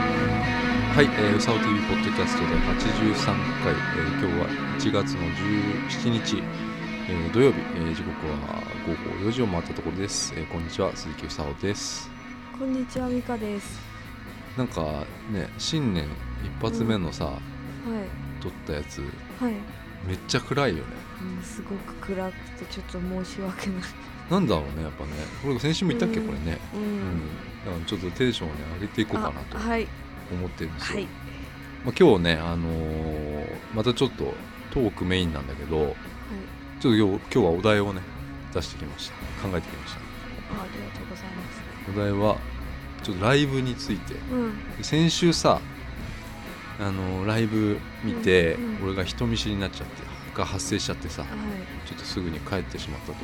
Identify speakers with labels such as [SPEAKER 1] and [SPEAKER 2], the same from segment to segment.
[SPEAKER 1] はい、えー、うさお TV ポッドキャストで83回、えー、今日は1月の17日、えー、土曜日、えー、時刻は午後4時を回ったところです、えー、こんにちは鈴木うさおです
[SPEAKER 2] こんにちは、ミカです。
[SPEAKER 1] なんかね新年一発目のさ、
[SPEAKER 2] は
[SPEAKER 1] 撮ったやつ
[SPEAKER 2] い。はい。
[SPEAKER 1] めっちゃ暗いよね
[SPEAKER 2] うん、すごく暗くて、ちょっと申し訳ない。
[SPEAKER 1] なんだろうねやっぱねこれ先週も言ったっけ、
[SPEAKER 2] うん
[SPEAKER 1] これね
[SPEAKER 2] う
[SPEAKER 1] うん、
[SPEAKER 2] ん。
[SPEAKER 1] だからちょっとテンションをね上げていこうかなと
[SPEAKER 2] あはい。
[SPEAKER 1] 思ってるんですよ、
[SPEAKER 2] はい。
[SPEAKER 1] まあ、今日ねあのーまたちょっとトークメインなんだけど
[SPEAKER 2] はい。
[SPEAKER 1] ちょっと今日今日はお題をね出してきました考えてきました
[SPEAKER 2] あ、ありがとうございます。
[SPEAKER 1] お題はちょっとライブについて
[SPEAKER 2] うん。
[SPEAKER 1] 先週さあのライブ見て、
[SPEAKER 2] うんうん
[SPEAKER 1] 俺が人見知りになっちゃってが発生しちゃってさ
[SPEAKER 2] はい。
[SPEAKER 1] ちょっとすぐに帰ってしまったと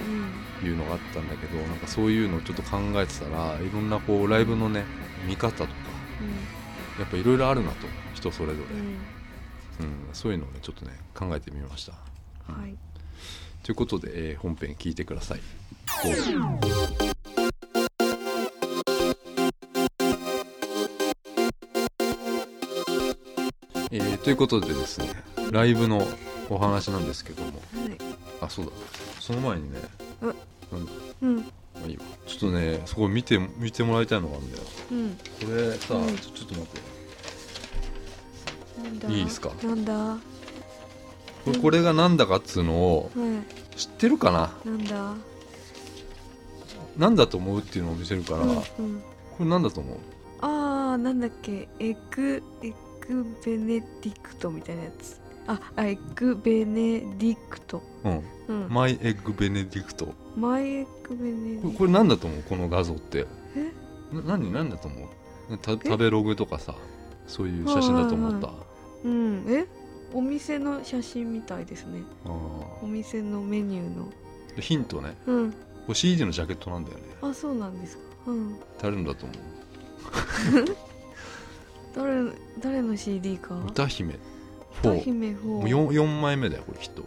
[SPEAKER 2] うん。
[SPEAKER 1] いうのがあったんだけどなんかそういうのをちょっと考えてたらいろんなこうライブのね見方とかやっぱいろいろあるなと人それぞれ、
[SPEAKER 2] うん。うん。
[SPEAKER 1] うん、そういうのをねちょっとね考えてみました
[SPEAKER 2] はい。
[SPEAKER 1] ということで、えー本編聞いてくださいどうぞえーということでですねライブのお話なんですけども
[SPEAKER 2] はい。
[SPEAKER 1] あそうだその前にね
[SPEAKER 2] う
[SPEAKER 1] なんだ
[SPEAKER 2] うん。
[SPEAKER 1] まあいいわちょっとねそこ見て見てもらいたいのがあるんだよ
[SPEAKER 2] うん。
[SPEAKER 1] これさ、
[SPEAKER 2] うん
[SPEAKER 1] ちょちょっと待って
[SPEAKER 2] なんだ。
[SPEAKER 1] いいっすか
[SPEAKER 2] なんだ。は
[SPEAKER 1] これこれがなんだかっつうのを
[SPEAKER 2] い。
[SPEAKER 1] 知ってるかな
[SPEAKER 2] なんだ。
[SPEAKER 1] なんだと思うっていうのを見せるから、こ
[SPEAKER 2] うん。うん。
[SPEAKER 1] れなんだと思う
[SPEAKER 2] ああ、なんだっけ。エク、エクベネディクトみたいなやつ。あ、あ、エクベネディクト。
[SPEAKER 1] うん
[SPEAKER 2] うん。
[SPEAKER 1] マイエッグベネディクト
[SPEAKER 2] マイエクベネディ
[SPEAKER 1] これ
[SPEAKER 2] ク
[SPEAKER 1] こ
[SPEAKER 2] ト。
[SPEAKER 1] れ何だと思うこの画像って
[SPEAKER 2] え
[SPEAKER 1] な何何だと思うた食べログとかさそういう写真だと思った、
[SPEAKER 2] はうん、えお店の写真みたいですね
[SPEAKER 1] あ
[SPEAKER 2] お店のメニューの
[SPEAKER 1] ーでヒントね
[SPEAKER 2] うん
[SPEAKER 1] これ CD のジャケットなんだよね
[SPEAKER 2] あそうなんですかうん
[SPEAKER 1] 誰のだと思う
[SPEAKER 2] 誰の誰の CD か
[SPEAKER 1] 歌姫
[SPEAKER 2] 歌
[SPEAKER 1] 4
[SPEAKER 2] 姫4
[SPEAKER 1] もう 4, 4枚目だよこれきっと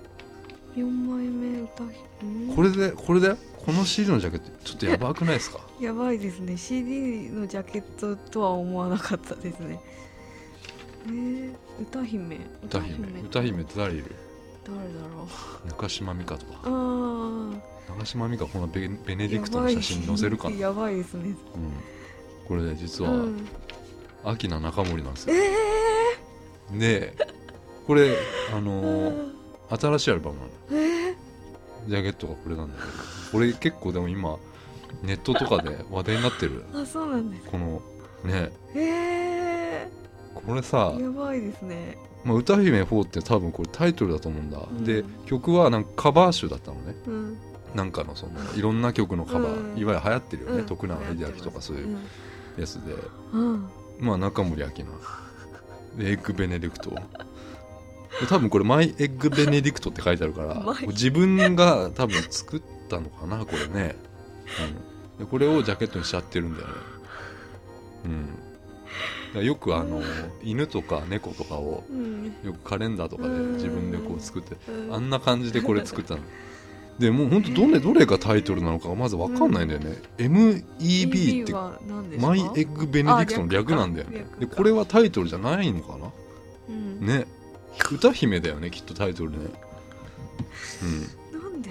[SPEAKER 2] 四枚目歌姫
[SPEAKER 1] これでこれでこの CD のジャケットちょっとやばくないですか
[SPEAKER 2] やばいですね CD のジャケットとは思わなかったですねえー、歌姫
[SPEAKER 1] 歌姫歌姫って誰いる
[SPEAKER 2] 誰だろう
[SPEAKER 1] 中島美嘉とか
[SPEAKER 2] あ
[SPEAKER 1] 中島美嘉このベベ
[SPEAKER 2] あ
[SPEAKER 1] ネディクトの写真載せるかな、うん、
[SPEAKER 2] やばいですね
[SPEAKER 1] これね実
[SPEAKER 2] う
[SPEAKER 1] は
[SPEAKER 2] ん、
[SPEAKER 1] アキナ中森なんですよ
[SPEAKER 2] ええ
[SPEAKER 1] でこれあのー
[SPEAKER 2] ー、
[SPEAKER 1] 新しいアルバムなの
[SPEAKER 2] えー、
[SPEAKER 1] ジャケットがこれなんだけどこれ結構でも今ネットとかで話題になってる
[SPEAKER 2] あそうなんです
[SPEAKER 1] このね
[SPEAKER 2] えー、
[SPEAKER 1] これさ、
[SPEAKER 2] やばいですね。
[SPEAKER 1] まあ、歌姫4って多分これタイトルだと思うんだ、
[SPEAKER 2] うん
[SPEAKER 1] で曲はなんかカバー集だったのね
[SPEAKER 2] うん。
[SPEAKER 1] なんかのそのいろんな曲のカバー、
[SPEAKER 2] うん
[SPEAKER 1] いわゆる流行ってるよね、
[SPEAKER 2] うん
[SPEAKER 1] 徳永英明とかそう
[SPEAKER 2] う。
[SPEAKER 1] いうんやつで、
[SPEAKER 2] うん。
[SPEAKER 1] まあ中森明菜でエッグベネディクトで多分これ「マイ・エッグ・ベネディクト」って書いてあるから
[SPEAKER 2] マイ
[SPEAKER 1] 自分が多分作ったのかなこれね、うん、でこれをジャケットにしちゃってるんだよねうんだからよくあの犬とか猫とかを
[SPEAKER 2] うん。
[SPEAKER 1] よくカレンダーとかで自分でこう作って
[SPEAKER 2] うん
[SPEAKER 1] あんな感じでこれ作ったのでもうほんとどれどれがタイトルなのかまず分かんないんだよね MEB って
[SPEAKER 2] は何ですか
[SPEAKER 1] マイ・エッグ・ベネディクトの略なんだよね
[SPEAKER 2] あ略か
[SPEAKER 1] で
[SPEAKER 2] 略か
[SPEAKER 1] これはタイトルじゃないのかな
[SPEAKER 2] うん。
[SPEAKER 1] ね歌姫だよねきっとタイトルね
[SPEAKER 2] なんで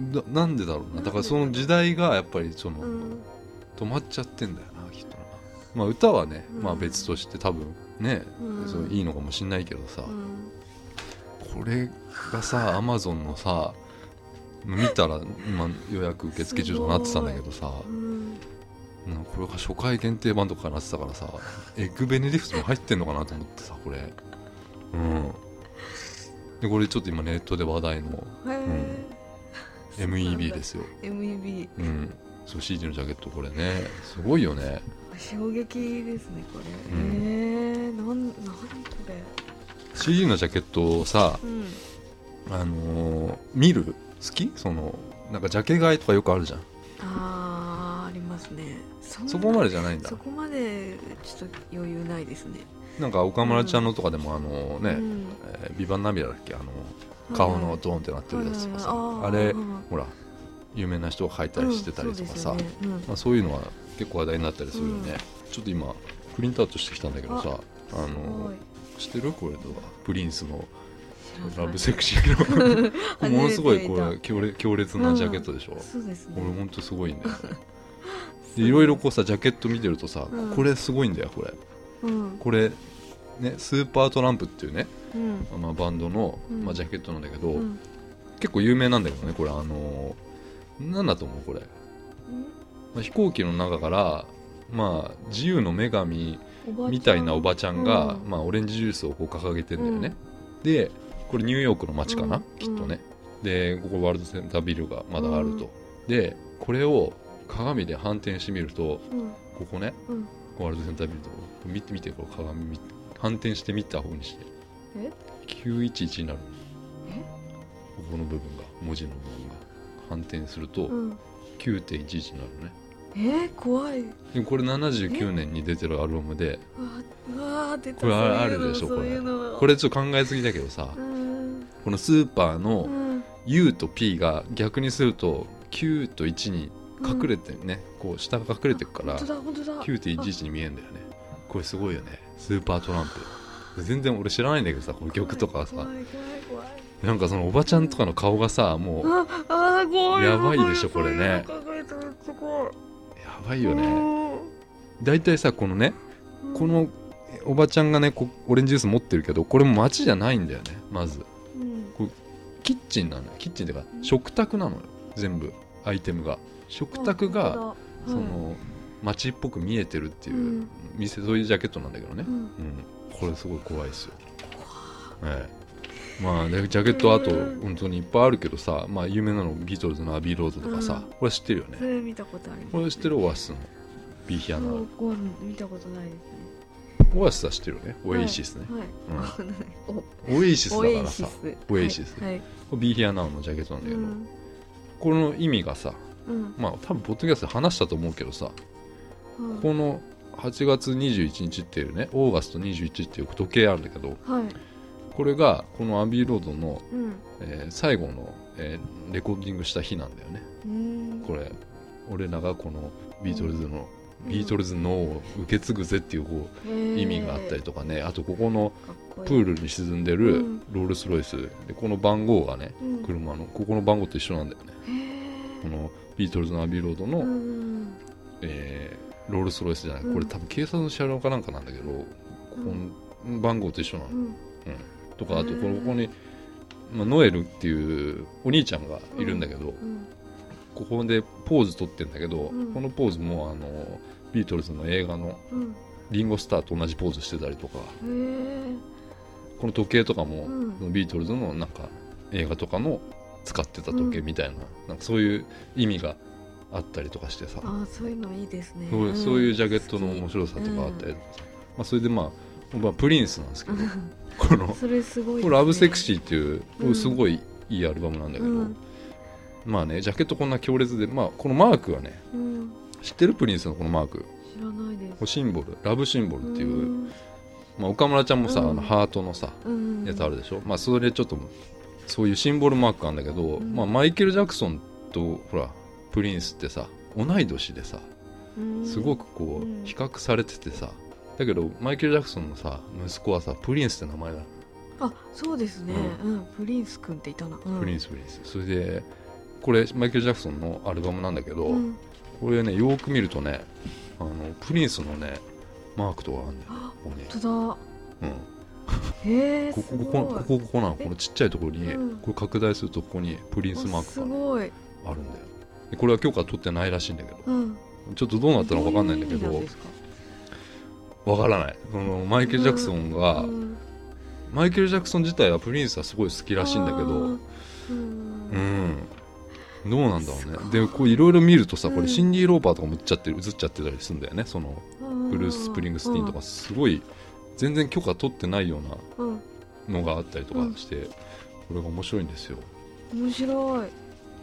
[SPEAKER 1] うんだなんでだろうなだからその時代がやっぱりその
[SPEAKER 2] うん。
[SPEAKER 1] 止まっちゃってんだよなきっとなまあ歌はね
[SPEAKER 2] うん
[SPEAKER 1] まあ別として多分ね
[SPEAKER 2] うん
[SPEAKER 1] そういいのかもしんないけどさ
[SPEAKER 2] うん。
[SPEAKER 1] これがさアマゾンのさ見たら今予約受付中とかなってたんだけどさ
[SPEAKER 2] うん。
[SPEAKER 1] なんかこれが初回限定版とかなってたからさエッグベネディクトも入ってんのかなと思ってさこれうんでこれちょっと今ネットで話題の
[SPEAKER 2] へえ。
[SPEAKER 1] MEB ですよ
[SPEAKER 2] MEB。
[SPEAKER 1] うんそう CD のジャケットこれねすごいよね
[SPEAKER 2] 衝撃ですね、これ。
[SPEAKER 1] うん
[SPEAKER 2] ええ、なん、なんこれ。
[SPEAKER 1] CD のジャケットをさ
[SPEAKER 2] うん。
[SPEAKER 1] あのー見る好きそのなんかジャケ買いとかよくあるじゃん
[SPEAKER 2] ああ、ありますね。そんな
[SPEAKER 1] そこまでじゃないんだ
[SPEAKER 2] そこまで、ちょっと余裕ないですね。
[SPEAKER 1] なんか岡村ちゃんのとかでもあのね、
[SPEAKER 2] うん
[SPEAKER 1] えービバンナビラだっけあの顔のドーンってなってるやつとかさ、
[SPEAKER 2] は
[SPEAKER 1] あ
[SPEAKER 2] いはいはい
[SPEAKER 1] れ
[SPEAKER 2] ーうん
[SPEAKER 1] ほら有名な人が履いたりしてたりとかさ、
[SPEAKER 2] うんそうですよね
[SPEAKER 1] まあ、そういうのは結構話題になったりするよね、ちょっと今プリントアウトしてきたんだけどさあ
[SPEAKER 2] すご
[SPEAKER 1] の
[SPEAKER 2] い
[SPEAKER 1] 知ってるこれとはプリンスの
[SPEAKER 2] 知ら
[SPEAKER 1] ラ
[SPEAKER 2] ない
[SPEAKER 1] ブセクシーの
[SPEAKER 2] 初めて見た
[SPEAKER 1] ものすごいこれ強烈強烈なジャケットでしょ、
[SPEAKER 2] そうですね
[SPEAKER 1] 俺ほんとすごいんだよね
[SPEAKER 2] す
[SPEAKER 1] で
[SPEAKER 2] ご
[SPEAKER 1] いろいろこうさジャケット見てるとさ、
[SPEAKER 2] うん
[SPEAKER 1] これすごいんだよこれ
[SPEAKER 2] うん
[SPEAKER 1] これねスーパートランプっていうね、
[SPEAKER 2] うん
[SPEAKER 1] まあ、バンドの、
[SPEAKER 2] うん
[SPEAKER 1] まあ、ジャケットなんだけど、
[SPEAKER 2] うん
[SPEAKER 1] 結構有名なんだけどねこれあのーなんだと思うこれ、まあ、飛行機の中からまあ自由の女神みたいなおばちゃんが、
[SPEAKER 2] うん
[SPEAKER 1] まあ、オレンジジュースをこう掲げてんだよね、でこれニューヨークの街かな、
[SPEAKER 2] うん
[SPEAKER 1] きっとねでここワールドセンタービルがまだあると、でこれを鏡で反転してみると
[SPEAKER 2] うん
[SPEAKER 1] ここね
[SPEAKER 2] うん
[SPEAKER 1] ワールドセンタービルのところ見て見てこれ鏡見反転して見た方にして
[SPEAKER 2] え
[SPEAKER 1] 911になる
[SPEAKER 2] え
[SPEAKER 1] ここの部分が文字の部分が反転すると
[SPEAKER 2] うん
[SPEAKER 1] 9.11になるね
[SPEAKER 2] えー、怖いう
[SPEAKER 1] でこれ79年に出てるアルバムで
[SPEAKER 2] わうわ出た
[SPEAKER 1] これあ
[SPEAKER 2] そういうの
[SPEAKER 1] あるでしょ
[SPEAKER 2] そういうの
[SPEAKER 1] これちょっと考えすぎだけどさ
[SPEAKER 2] うん
[SPEAKER 1] このスーパー
[SPEAKER 2] う
[SPEAKER 1] の
[SPEAKER 2] ん
[SPEAKER 1] U と P が逆にすると9と1に隠れてねこう下が隠れてくか
[SPEAKER 2] あ
[SPEAKER 1] ら
[SPEAKER 2] 本当だ本当だ
[SPEAKER 1] 9.11に見えんだよねこれすごいよねスーパートランプ全然俺知らないんだけどさこの曲とかさ
[SPEAKER 2] 怖い怖い怖い
[SPEAKER 1] なんかそのおばちゃんとかの顔がさもう
[SPEAKER 2] ああー怖い
[SPEAKER 1] やばいでしょこれね
[SPEAKER 2] そういうの考えたらめっちゃ怖い
[SPEAKER 1] やばいよねだいたいさこのね
[SPEAKER 2] うん
[SPEAKER 1] このおばちゃんがねこオレンジジュース持ってるけどこれも街じゃないんだよねまず
[SPEAKER 2] うん
[SPEAKER 1] キッチンなのよキッチンっていうか
[SPEAKER 2] うん
[SPEAKER 1] 食卓なのよ全部アイテムが食卓
[SPEAKER 2] あ
[SPEAKER 1] が
[SPEAKER 2] 本当だ
[SPEAKER 1] そ
[SPEAKER 2] はい
[SPEAKER 1] の街っぽく見えてるっていううん店そういうジャケットなんだけどね
[SPEAKER 2] うん
[SPEAKER 1] うん、これすごい怖いですよ。ええ、まあねジャケットあと
[SPEAKER 2] うん
[SPEAKER 1] 本当にいっぱいあるけどさ、まあ、有名なのビートルズの「アビーロード」とかさ、
[SPEAKER 2] うん
[SPEAKER 1] これ知ってるよ
[SPEAKER 2] そ
[SPEAKER 1] ね
[SPEAKER 2] れ見たことあります
[SPEAKER 1] これ知ってるオアシスの「ビーヒアナ
[SPEAKER 2] そうこう見たことないですね
[SPEAKER 1] オアシスは知ってるよねオエイシスね、
[SPEAKER 2] はい
[SPEAKER 1] うん、オエイシス
[SPEAKER 2] お
[SPEAKER 1] だ
[SPEAKER 2] オ
[SPEAKER 1] か
[SPEAKER 2] エイ
[SPEAKER 1] ら
[SPEAKER 2] シ
[SPEAKER 1] さ
[SPEAKER 2] ス
[SPEAKER 1] オエイシス
[SPEAKER 2] はいはい
[SPEAKER 1] ビーヒアナのジャケットなんだ
[SPEAKER 2] う
[SPEAKER 1] けど、
[SPEAKER 2] ん
[SPEAKER 1] この意味がさ
[SPEAKER 2] うん
[SPEAKER 1] まあ多分ポッドキャストで話したと思うけどさ
[SPEAKER 2] うん
[SPEAKER 1] この8月21日っていうねオーガスト21っていう時計あるんだけど
[SPEAKER 2] はい
[SPEAKER 1] これがこのアビーロードの
[SPEAKER 2] うん
[SPEAKER 1] えー最後の、えーレコーディングした日なんだよね
[SPEAKER 2] うん
[SPEAKER 1] これ俺らがこのビートルズの、
[SPEAKER 2] うん
[SPEAKER 1] ビートルズのを受け継ぐぜっていうこ
[SPEAKER 2] へ
[SPEAKER 1] う
[SPEAKER 2] ー
[SPEAKER 1] 意味があったりとかね、あとここの
[SPEAKER 2] かっこいい
[SPEAKER 1] プールに沈んでる
[SPEAKER 2] うん
[SPEAKER 1] ロールス・ロイスでこの番号がね
[SPEAKER 2] うん
[SPEAKER 1] 車のここの番号と一緒なんだよね
[SPEAKER 2] へー
[SPEAKER 1] このビートルズのアビーロードの、
[SPEAKER 2] うん
[SPEAKER 1] えーロールス・ロイスじゃない
[SPEAKER 2] うん
[SPEAKER 1] これ多分警察の車両かなんかなんだけどここの番号と一緒なの、
[SPEAKER 2] うん
[SPEAKER 1] とかあとこ
[SPEAKER 2] う
[SPEAKER 1] の
[SPEAKER 2] ん
[SPEAKER 1] ここに、まあ、ノエルっていうお兄ちゃんがいるんだけど、
[SPEAKER 2] うん
[SPEAKER 1] ここでポーズ取ってんだけど、
[SPEAKER 2] うん
[SPEAKER 1] このポーズもあのビートルズの映画の
[SPEAKER 2] うん
[SPEAKER 1] 「リンゴスター」と同じポーズしてたりとか
[SPEAKER 2] へー
[SPEAKER 1] この時計とかも、
[SPEAKER 2] う
[SPEAKER 1] ビートルズのなんか映画とかの使ってた時計みたいな,、なんかそういう意味があったりとかしてさ、
[SPEAKER 2] あーそういうのいいですね
[SPEAKER 1] そうそういうジャケットの
[SPEAKER 2] 好き
[SPEAKER 1] 面白さとかあったりとかさ、まあ、それでまあ僕はプリンスなんですけどこの
[SPEAKER 2] それすごい
[SPEAKER 1] 「ラブセクシー」っていう、
[SPEAKER 2] うん
[SPEAKER 1] すごいいいアルバムなんだけど、
[SPEAKER 2] うん
[SPEAKER 1] まあねジャケットこんな強烈で、まあ、このマークはね
[SPEAKER 2] ー、うん、
[SPEAKER 1] 知ってるプリンスのこのマーク
[SPEAKER 2] 知らないです
[SPEAKER 1] シンボルラブシンボルっていう、
[SPEAKER 2] うん
[SPEAKER 1] まあ、岡村ちゃんもさ、
[SPEAKER 2] うん
[SPEAKER 1] あのハートのさ
[SPEAKER 2] うん、
[SPEAKER 1] やつあるでしょ、まあそれちょっとそういうシンボルマークがあるんだけど、
[SPEAKER 2] うん
[SPEAKER 1] まあ、マイケル・ジャクソンとほらプリンスってさ同い年でさ
[SPEAKER 2] うん
[SPEAKER 1] すごくこ
[SPEAKER 2] うん
[SPEAKER 1] う比較されててさだけどマイケル・ジャクソンのさ息子はさプリンスって名前だ、
[SPEAKER 2] あそうですね、うんプリンス君っていたな、うん、
[SPEAKER 1] プリン
[SPEAKER 2] ス
[SPEAKER 1] スプリンスそれでこれマイケル・ジャクソンのアルバムなんだけど、
[SPEAKER 2] うん、
[SPEAKER 1] これねよーく見るとねあのプリンスのねマークとかあるんだよね
[SPEAKER 2] あ
[SPEAKER 1] ここね
[SPEAKER 2] 本
[SPEAKER 1] うん
[SPEAKER 2] 当だへえ
[SPEAKER 1] こ
[SPEAKER 2] す
[SPEAKER 1] こ
[SPEAKER 2] ごい
[SPEAKER 1] ここここここなのこのちっちゃいところに、
[SPEAKER 2] うん
[SPEAKER 1] これ拡大するとここにプリンスマ
[SPEAKER 2] あ
[SPEAKER 1] ーク
[SPEAKER 2] す
[SPEAKER 1] が
[SPEAKER 2] ごい、
[SPEAKER 1] あるんだよでこれは今日から撮ってないらしいんだけど
[SPEAKER 2] うん、
[SPEAKER 1] ちょっとどうなったのか分かんないんだけ
[SPEAKER 2] ういう意味な
[SPEAKER 1] ど
[SPEAKER 2] ですか
[SPEAKER 1] 分からないそのマイケル・ジャクソンが、
[SPEAKER 2] うん
[SPEAKER 1] マイケル・ジャクソン自体はプリンスはすごい好きらしいんだけ
[SPEAKER 2] あ
[SPEAKER 1] ど
[SPEAKER 2] ーうん
[SPEAKER 1] うんどうなんだろ
[SPEAKER 2] す
[SPEAKER 1] う
[SPEAKER 2] ご
[SPEAKER 1] ね
[SPEAKER 2] い
[SPEAKER 1] でこういろいろ見るとさこ
[SPEAKER 2] う
[SPEAKER 1] れ
[SPEAKER 2] ん
[SPEAKER 1] シンディ・ローパーとかも映っちゃってる映っちゃってたりするんだよねその
[SPEAKER 2] うん
[SPEAKER 1] ブルース・スプリングスティーンとか、すごい全然許可取ってないような
[SPEAKER 2] うん
[SPEAKER 1] のがあったりとかして、これが面白いんですよ
[SPEAKER 2] うん、面白い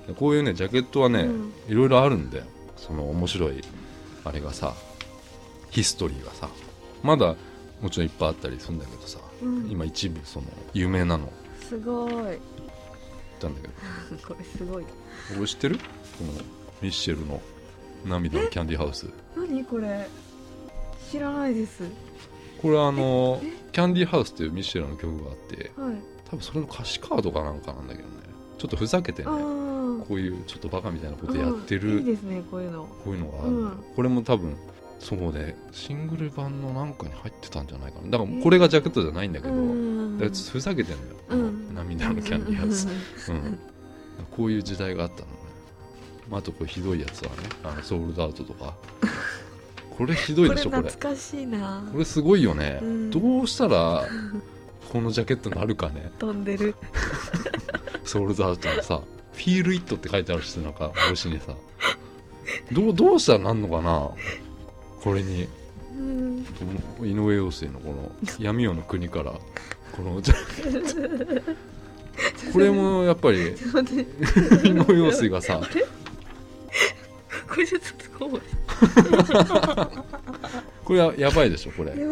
[SPEAKER 1] でこういうねジャケットはね、
[SPEAKER 2] うん
[SPEAKER 1] いろいろあるんだよその面白いあれがさヒストリーがさまだもちろんいっぱいあったりするんだけどさ、
[SPEAKER 2] うん
[SPEAKER 1] 今一部その有名なの
[SPEAKER 2] すごい
[SPEAKER 1] 言ったんだけど
[SPEAKER 2] これすごい
[SPEAKER 1] これ知ってるこのミッシェルの「涙のキャンディーハウス」
[SPEAKER 2] 何これ知らないです
[SPEAKER 1] これはあの
[SPEAKER 2] え
[SPEAKER 1] キャンディーハウスっていうミシェルの曲があって
[SPEAKER 2] はい
[SPEAKER 1] 多分それの歌詞カードかなんかなんだけどねちょっとふざけてね
[SPEAKER 2] あー
[SPEAKER 1] こういうちょっとバカみたいなこと
[SPEAKER 2] うん
[SPEAKER 1] やって
[SPEAKER 2] いい
[SPEAKER 1] る
[SPEAKER 2] ですねこういうの
[SPEAKER 1] こういうのがあるんだよこれも多分そうでシングル版のなんかに入ってたんじゃないかなだからこれがジャケットじゃないんだけど、
[SPEAKER 2] うん
[SPEAKER 1] だからふざけてんのよ、
[SPEAKER 2] うん
[SPEAKER 1] 涙のキャンディーハウス、
[SPEAKER 2] う
[SPEAKER 1] うん、こういう時代があったのね、まあ、あとこれひどいやつはねあのソールドアウトと かこれひど
[SPEAKER 2] ん
[SPEAKER 1] い
[SPEAKER 2] こ
[SPEAKER 1] で
[SPEAKER 2] れ
[SPEAKER 1] しょこれ
[SPEAKER 2] 懐かしいな
[SPEAKER 1] これすごいよね、
[SPEAKER 2] うん
[SPEAKER 1] どうしたらこのジャケットになるかね
[SPEAKER 2] 飛んでる
[SPEAKER 1] ソールドアウトのさ「フィールイット」って書いてあるしなんか表紙にさどうどうしたらなんのかなこれに
[SPEAKER 2] うん
[SPEAKER 1] 井上陽水のこの「闇夜の国」からこのジャこれもやっぱり
[SPEAKER 2] ちょっと待って
[SPEAKER 1] 井上陽水がさ
[SPEAKER 2] これちょっとこう
[SPEAKER 1] これはやばいでしょこれ
[SPEAKER 2] やばい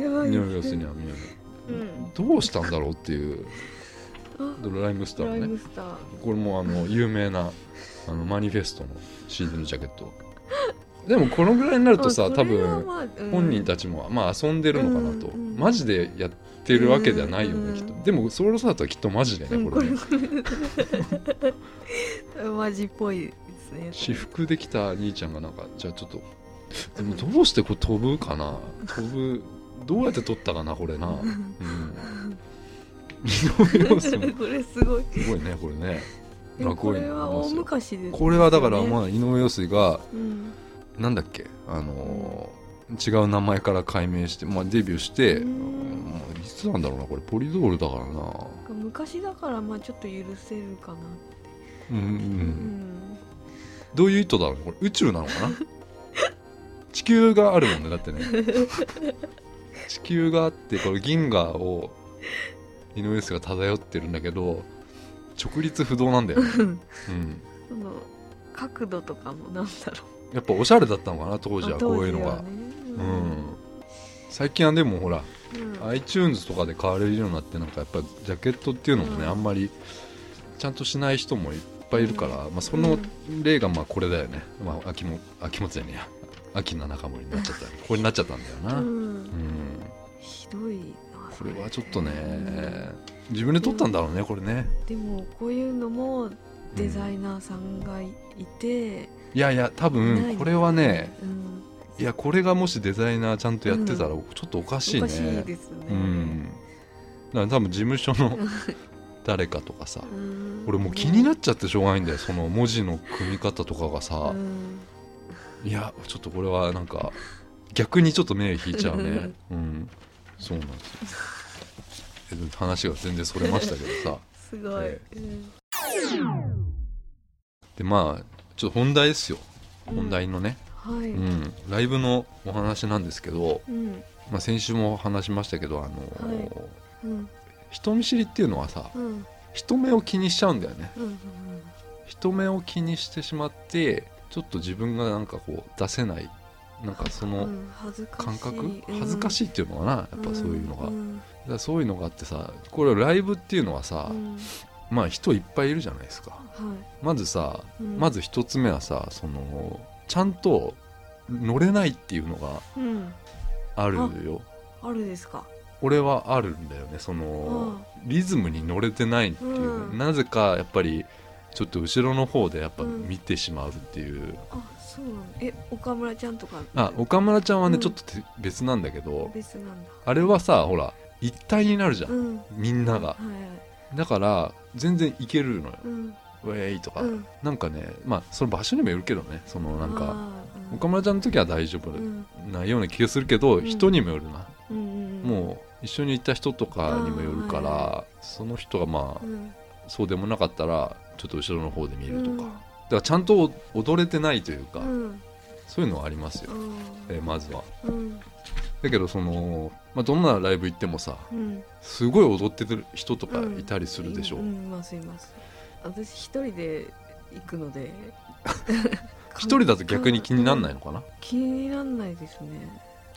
[SPEAKER 2] やばい
[SPEAKER 1] 井上陽水には見えない
[SPEAKER 2] うん
[SPEAKER 1] どうしたんだろうっていう
[SPEAKER 2] あ
[SPEAKER 1] ドライムスタ
[SPEAKER 2] ラ
[SPEAKER 1] ー
[SPEAKER 2] イ
[SPEAKER 1] のね
[SPEAKER 2] ムスター
[SPEAKER 1] これもあの有名なあのマニフェストの CD のジャケットでもこのぐらいになるとさ
[SPEAKER 2] あ
[SPEAKER 1] 多
[SPEAKER 2] それは
[SPEAKER 1] 分
[SPEAKER 2] まあうん
[SPEAKER 1] 本人たちもまあ遊んでるのかなと
[SPEAKER 2] うんうん
[SPEAKER 1] マジでやってるわけではないよ
[SPEAKER 2] うん
[SPEAKER 1] ねきっとでもソウルサートはきっとマジで
[SPEAKER 2] う
[SPEAKER 1] ね
[SPEAKER 2] ん
[SPEAKER 1] こ
[SPEAKER 2] こ
[SPEAKER 1] れ
[SPEAKER 2] れ
[SPEAKER 1] ね
[SPEAKER 2] マジっぽいですね
[SPEAKER 1] 私服できた兄ちゃんがなんかじゃあちょっとでもどうしてこれ飛ぶかな飛ぶどうやって撮ったかなこれ なうん井上陽水も
[SPEAKER 2] これすごい
[SPEAKER 1] すごいねこれね
[SPEAKER 2] え
[SPEAKER 1] 落
[SPEAKER 2] こ
[SPEAKER 1] 語に
[SPEAKER 2] れは大昔ですよね
[SPEAKER 1] これはだからまあ井上陽水が
[SPEAKER 2] うん
[SPEAKER 1] なんだっけあのー違う名前から改名して、まあ、デビューして、
[SPEAKER 2] うん
[SPEAKER 1] まあいつなんだろうなこれポリドールだからな
[SPEAKER 2] 昔だからまあちょっと許せるかな
[SPEAKER 1] うん、う、
[SPEAKER 2] うんん
[SPEAKER 1] どういう意図だろうねこれ宇宙なのかな地球があるもんねだって ね地球があってこれ銀河を井上陽水が漂ってるんだけど直立不動なんだよね、うん、
[SPEAKER 2] その角度とかもなんだろ
[SPEAKER 1] やっぱおしゃれだったのかな当
[SPEAKER 2] う
[SPEAKER 1] 時
[SPEAKER 2] あ
[SPEAKER 1] はこういうの
[SPEAKER 2] 当時
[SPEAKER 1] が、
[SPEAKER 2] はね
[SPEAKER 1] うん最近はでもほら
[SPEAKER 2] うん
[SPEAKER 1] iTunes とかで買われるようになってなんかやっぱジャケットっていうのもね、
[SPEAKER 2] うん
[SPEAKER 1] あんまりちゃんとしない人もいっぱいいるから、まあ、その例がまあこれだよね、まあ、秋も秋もつやねえや秋の中森になっちゃ ったこれになっちゃったんだよな、
[SPEAKER 2] う
[SPEAKER 1] うん
[SPEAKER 2] んひどいな
[SPEAKER 1] これはちょっとね自分で撮ったんだろうねこれね
[SPEAKER 2] でもこういうのもデザ
[SPEAKER 1] うん
[SPEAKER 2] イナーさんがいて、
[SPEAKER 1] いやいや多
[SPEAKER 2] な
[SPEAKER 1] 分
[SPEAKER 2] い
[SPEAKER 1] これはね
[SPEAKER 2] うん、
[SPEAKER 1] いやこれがもしデザイナーちゃんとやってたらちょっとおかしい
[SPEAKER 2] お
[SPEAKER 1] ね、
[SPEAKER 2] かしいですね。
[SPEAKER 1] うんだから多分事務所 の誰かとかさ、
[SPEAKER 2] うん
[SPEAKER 1] 俺もう気になっちゃってしょうがないんだよその文字の組み方とかがさ
[SPEAKER 2] う、ん
[SPEAKER 1] いやちょっとこれはなんか逆にちょっと目引いちゃうねうんそうなんですよえ話が全然それましたけどさ
[SPEAKER 2] すごい。
[SPEAKER 1] えでまあちょっと本題ですよ
[SPEAKER 2] うん
[SPEAKER 1] 本題のね、
[SPEAKER 2] うんはい。
[SPEAKER 1] う
[SPEAKER 2] うん
[SPEAKER 1] ん、ライブのお話なんですけど、
[SPEAKER 2] うん
[SPEAKER 1] まあ、先週も話しましたけどあのー
[SPEAKER 2] はいうん
[SPEAKER 1] 人見知りっていうのはさ
[SPEAKER 2] うんうん
[SPEAKER 1] 人目を気にしちゃうんだよね
[SPEAKER 2] うん
[SPEAKER 1] 人目を気にしてしまってちょっと自分がなんかこう出せないなんかそ
[SPEAKER 2] うんう
[SPEAKER 1] の
[SPEAKER 2] ん恥ずかしい
[SPEAKER 1] 感覚、恥ずか
[SPEAKER 2] い
[SPEAKER 1] しいっていうのかなやっぱそういうのが、
[SPEAKER 2] ん
[SPEAKER 1] だ
[SPEAKER 2] ん
[SPEAKER 1] からそういうのがあってさこれライブっていうのはさ、
[SPEAKER 2] うん
[SPEAKER 1] まあ人いっぱいいるじゃないですか
[SPEAKER 2] は
[SPEAKER 1] まずさ、
[SPEAKER 2] い。うん
[SPEAKER 1] まず一つ目はさそのちゃんと乗れないっていうのが
[SPEAKER 2] うん
[SPEAKER 1] あるよ
[SPEAKER 2] あるですか。
[SPEAKER 1] 俺はあるんだよねそのリズムに乗れてないっていう、
[SPEAKER 2] うん
[SPEAKER 1] なぜかやっぱりちょっと後ろの方でやっぱ見てしまうっていう、
[SPEAKER 2] あそうなの。え岡村ちゃんとか。
[SPEAKER 1] あ岡村ちゃんはね、
[SPEAKER 2] うん
[SPEAKER 1] ちょっとて別なんだけど
[SPEAKER 2] 別なんだ。
[SPEAKER 1] あれはさほら一体になるじゃん、
[SPEAKER 2] うん。
[SPEAKER 1] みんなが
[SPEAKER 2] はいはい。
[SPEAKER 1] だから全然いけるのよ
[SPEAKER 2] うん
[SPEAKER 1] 「ウェイ!」とか、
[SPEAKER 2] うん。
[SPEAKER 1] なんかねまあその場所にもよるけどねそのなんか
[SPEAKER 2] あー。
[SPEAKER 1] 岡村ちゃんの時は大丈夫
[SPEAKER 2] うん
[SPEAKER 1] なような気がするけど、
[SPEAKER 2] ん
[SPEAKER 1] 人にもよるな、
[SPEAKER 2] うんうんうん。
[SPEAKER 1] もう一緒にいた人とかにもよるか
[SPEAKER 2] あーはい
[SPEAKER 1] らその人がまあ、
[SPEAKER 2] うん。
[SPEAKER 1] そうでもなかったらちょっと後ろの方で見るとか、
[SPEAKER 2] うん
[SPEAKER 1] だからちゃんと踊れてないというか、
[SPEAKER 2] うん。
[SPEAKER 1] そういうのはありますよ、
[SPEAKER 2] あ
[SPEAKER 1] えー
[SPEAKER 2] ー
[SPEAKER 1] まずは。
[SPEAKER 2] うん
[SPEAKER 1] だけどその、まあ、どんなライブ行ってもさ
[SPEAKER 2] うん。
[SPEAKER 1] すごい踊ってる人とかいたりするでしょ、
[SPEAKER 2] うん、うんいますいます私一人で行くので
[SPEAKER 1] 一人だと逆に気にならないのかな、
[SPEAKER 2] 気になんないですね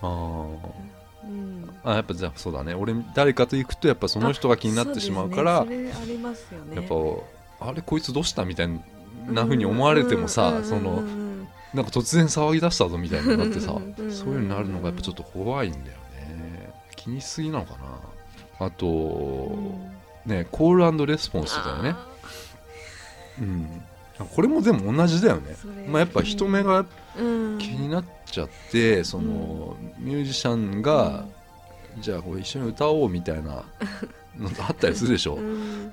[SPEAKER 1] あ
[SPEAKER 2] うん
[SPEAKER 1] ーあやっぱじゃあそうだね俺誰かと行くとやっぱその人が気になってしまうから
[SPEAKER 2] そですねそれありますよね
[SPEAKER 1] やっぱあれこいつどうしたみたいなふうに思われてもさ、
[SPEAKER 2] うんうんうんうん
[SPEAKER 1] その
[SPEAKER 2] うん
[SPEAKER 1] なんか突然騒ぎ出したぞみたいになってさ
[SPEAKER 2] うん
[SPEAKER 1] そういうのになるのがやっぱちょっと怖いんだよね気にしすぎなのかなあと、ねコールレスポンスだよね
[SPEAKER 2] あ
[SPEAKER 1] うんこれもでも同じだよね
[SPEAKER 2] それ
[SPEAKER 1] まあ、やっぱ人目が
[SPEAKER 2] ーうん
[SPEAKER 1] 気になっちゃって、そのミュージシャンが、じゃあこれ一緒に歌おうみたい なのがあったりするでしょ、
[SPEAKER 2] うん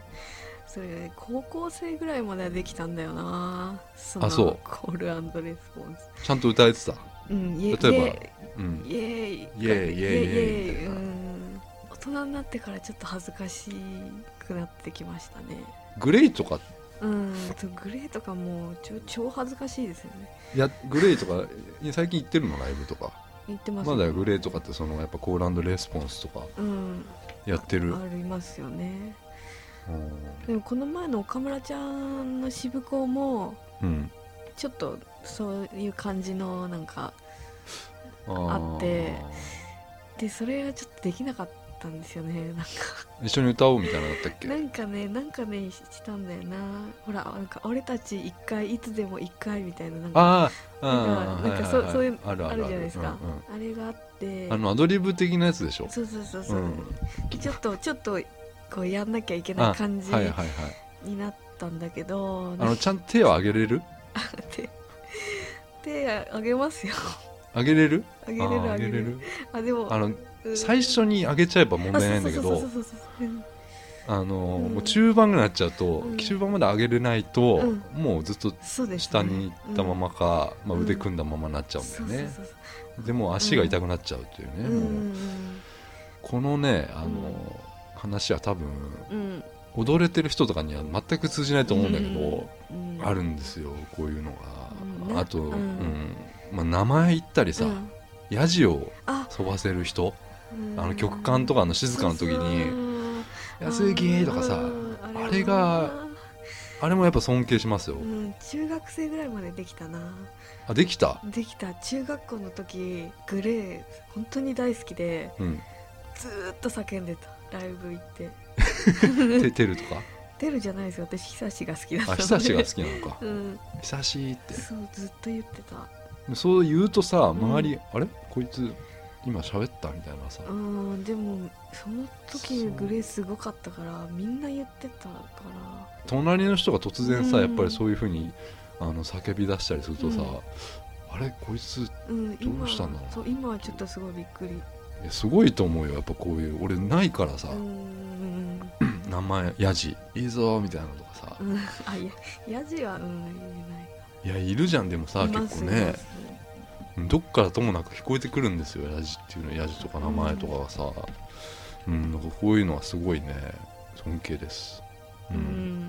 [SPEAKER 2] それがね高校生ぐらいまではできたんだよなその
[SPEAKER 1] あそう
[SPEAKER 2] コールアンドレスポンス
[SPEAKER 1] ちゃんと歌えてた、
[SPEAKER 2] うんイ
[SPEAKER 1] 例え
[SPEAKER 2] エ
[SPEAKER 1] ば
[SPEAKER 2] イエ
[SPEAKER 1] うん、
[SPEAKER 2] イイエイ
[SPEAKER 1] イエイイエイイエイみたいな
[SPEAKER 2] うん大人になってからちょっと恥ずかしくなってきましたね
[SPEAKER 1] グレイとか
[SPEAKER 2] うんとグレーとかもうちょ超恥ずかしいですよね
[SPEAKER 1] いやグレイとかいや最近行ってるのライブとか
[SPEAKER 2] 言ってます
[SPEAKER 1] まだグレイとかってそのやっぱコールレスポンスとか
[SPEAKER 2] うん
[SPEAKER 1] やってる、
[SPEAKER 2] ありますよね
[SPEAKER 1] う
[SPEAKER 2] でもこの前の岡村ちゃんの渋子も
[SPEAKER 1] ん、
[SPEAKER 2] ちょっとそういう感じのなんか
[SPEAKER 1] ー
[SPEAKER 2] あってでそれがちょっとできなかったんですよねなんか
[SPEAKER 1] 一緒に歌おうみたいなのだったっけ
[SPEAKER 2] なんかねなんかねししたんだよなほらなんか俺たち一回いつでも一回みたいななんか
[SPEAKER 1] ああ
[SPEAKER 2] なんかなんかそうそういう
[SPEAKER 1] ある
[SPEAKER 2] あ
[SPEAKER 1] あ
[SPEAKER 2] る
[SPEAKER 1] る
[SPEAKER 2] じゃないですか
[SPEAKER 1] うんうん
[SPEAKER 2] あれがあって
[SPEAKER 1] あのアドリブ的なやつでしょ
[SPEAKER 2] そうそうそうそう、
[SPEAKER 1] うん
[SPEAKER 2] ちょっとちょっとこうやんなきゃいけない感じ
[SPEAKER 1] はいはいはい
[SPEAKER 2] になったんだけど、
[SPEAKER 1] あ
[SPEAKER 2] なん
[SPEAKER 1] の
[SPEAKER 2] か
[SPEAKER 1] ちゃんと手を上げれる
[SPEAKER 2] 手手あげますよ
[SPEAKER 1] 上げれる
[SPEAKER 2] あげれる
[SPEAKER 1] あー
[SPEAKER 2] あげれるあでも
[SPEAKER 1] あの
[SPEAKER 2] うん
[SPEAKER 1] 最初に上げちゃえば問題ないんだけ
[SPEAKER 2] あそ
[SPEAKER 1] ど
[SPEAKER 2] うそうそうそうそう
[SPEAKER 1] あの
[SPEAKER 2] うん
[SPEAKER 1] もう中盤ぐらいになっちゃうと、
[SPEAKER 2] うん
[SPEAKER 1] 中盤まで上げれないと、
[SPEAKER 2] うん
[SPEAKER 1] もうずっと
[SPEAKER 2] そうですね
[SPEAKER 1] 下に行ったままか、まあ、腕組んだままになっちゃうんだよね、
[SPEAKER 2] そうそうそう
[SPEAKER 1] でもう足が痛くなっちゃうっていうね、
[SPEAKER 2] そううん
[SPEAKER 1] もうこのねあの、
[SPEAKER 2] うん
[SPEAKER 1] 話は多分
[SPEAKER 2] うん
[SPEAKER 1] 踊れてる人とかには全く通じないと思うんだけど、
[SPEAKER 2] うん
[SPEAKER 1] あるんですよこういうの
[SPEAKER 2] うん
[SPEAKER 1] が
[SPEAKER 2] な
[SPEAKER 1] あと、
[SPEAKER 2] うん
[SPEAKER 1] うんまあ、名前言ったりさ、
[SPEAKER 2] うん
[SPEAKER 1] ヤジを
[SPEAKER 2] あ
[SPEAKER 1] 飛ばせる人、
[SPEAKER 2] うん
[SPEAKER 1] あの曲間とかの静かな時に「
[SPEAKER 2] そう
[SPEAKER 1] 安木」とかさ、
[SPEAKER 2] うん
[SPEAKER 1] あれがあれもやっぱ尊敬しますよ、
[SPEAKER 2] うん中学生ぐらいまでできたな
[SPEAKER 1] あできた
[SPEAKER 2] できた中学校の時グレー本当に大好きで
[SPEAKER 1] うん
[SPEAKER 2] ずーっと叫んでたライブ行って
[SPEAKER 1] ててるとか
[SPEAKER 2] 出るじゃないですよ私久しが好きだった
[SPEAKER 1] あ
[SPEAKER 2] ので
[SPEAKER 1] 久しが好きなのか
[SPEAKER 2] うん
[SPEAKER 1] 久しって
[SPEAKER 2] そうずっと言ってた
[SPEAKER 1] そう言うとさ周り、あれこいつ今喋ったみたいなさ、
[SPEAKER 2] うんでもその時
[SPEAKER 1] そう
[SPEAKER 2] グレーすごかったからみんな言ってたから
[SPEAKER 1] 隣の人が突然さ、
[SPEAKER 2] うん
[SPEAKER 1] やっぱりそういうふうにあの叫び出したりするとさ、
[SPEAKER 2] うん
[SPEAKER 1] あれこいつ
[SPEAKER 2] うん今
[SPEAKER 1] どうしたんだろう
[SPEAKER 2] そう今はちょっとすごいびっくり
[SPEAKER 1] いやすごいと思うよやっぱこういう俺ないからさ、
[SPEAKER 2] うん
[SPEAKER 1] 名前ヤジいいぞみたいなのとかさ、
[SPEAKER 2] うんあいやヤジはうん言えない
[SPEAKER 1] いやいるじゃんでもさ
[SPEAKER 2] います
[SPEAKER 1] 結構ね
[SPEAKER 2] います
[SPEAKER 1] どっからともなく聞こえてくるんですよヤジっていうのヤジとか名前とかがさ、うんなんかこういうのはすごいね尊敬です、う
[SPEAKER 2] うん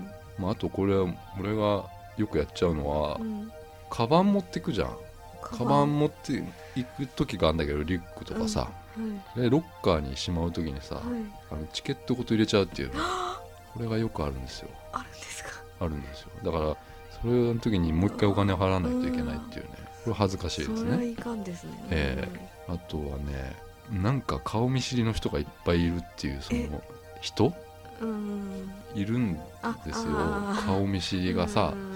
[SPEAKER 2] ん
[SPEAKER 1] まあ、あとこれは俺がよくやっちゃうのは、
[SPEAKER 2] うん
[SPEAKER 1] カバン持ってくじゃんカバン
[SPEAKER 2] も
[SPEAKER 1] 持っていく時があるんだけどリュックとかさ、でロッカーにしまう時にさ、
[SPEAKER 2] はいはい
[SPEAKER 1] あのチケットごと入れちゃうっていうのこれがよくあるんですよ
[SPEAKER 2] あるんですか
[SPEAKER 1] あるんですよだからそれの時にもう一回お金を払わないといけないっていうねこれ恥ずかしいです
[SPEAKER 2] それは
[SPEAKER 1] ね
[SPEAKER 2] いかんですね
[SPEAKER 1] えあとはねなんか顔見知りの人がいっぱいいるっていうその人
[SPEAKER 2] うん
[SPEAKER 1] いるんですよ
[SPEAKER 2] ああー
[SPEAKER 1] 顔見知りがさ
[SPEAKER 2] うん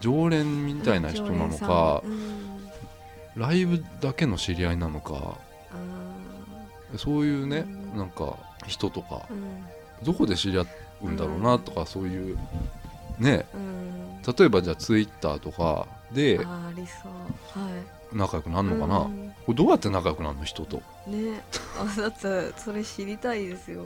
[SPEAKER 1] 常連みたいな人なのか
[SPEAKER 2] 常連さんうん
[SPEAKER 1] ライブだけの知り合いなのか
[SPEAKER 2] あ
[SPEAKER 1] そういうね
[SPEAKER 2] うん
[SPEAKER 1] なんか人とか
[SPEAKER 2] ーうん
[SPEAKER 1] どこで知り合うんだろうなとかそういうね
[SPEAKER 2] うん
[SPEAKER 1] 例えばじゃあツイッターとかで
[SPEAKER 2] あーありそうはい
[SPEAKER 1] 仲良くなるのかな、
[SPEAKER 2] う
[SPEAKER 1] こ
[SPEAKER 2] ん
[SPEAKER 1] れどうやって仲良くなるの人と
[SPEAKER 2] ねあだってそれ知りたいですよ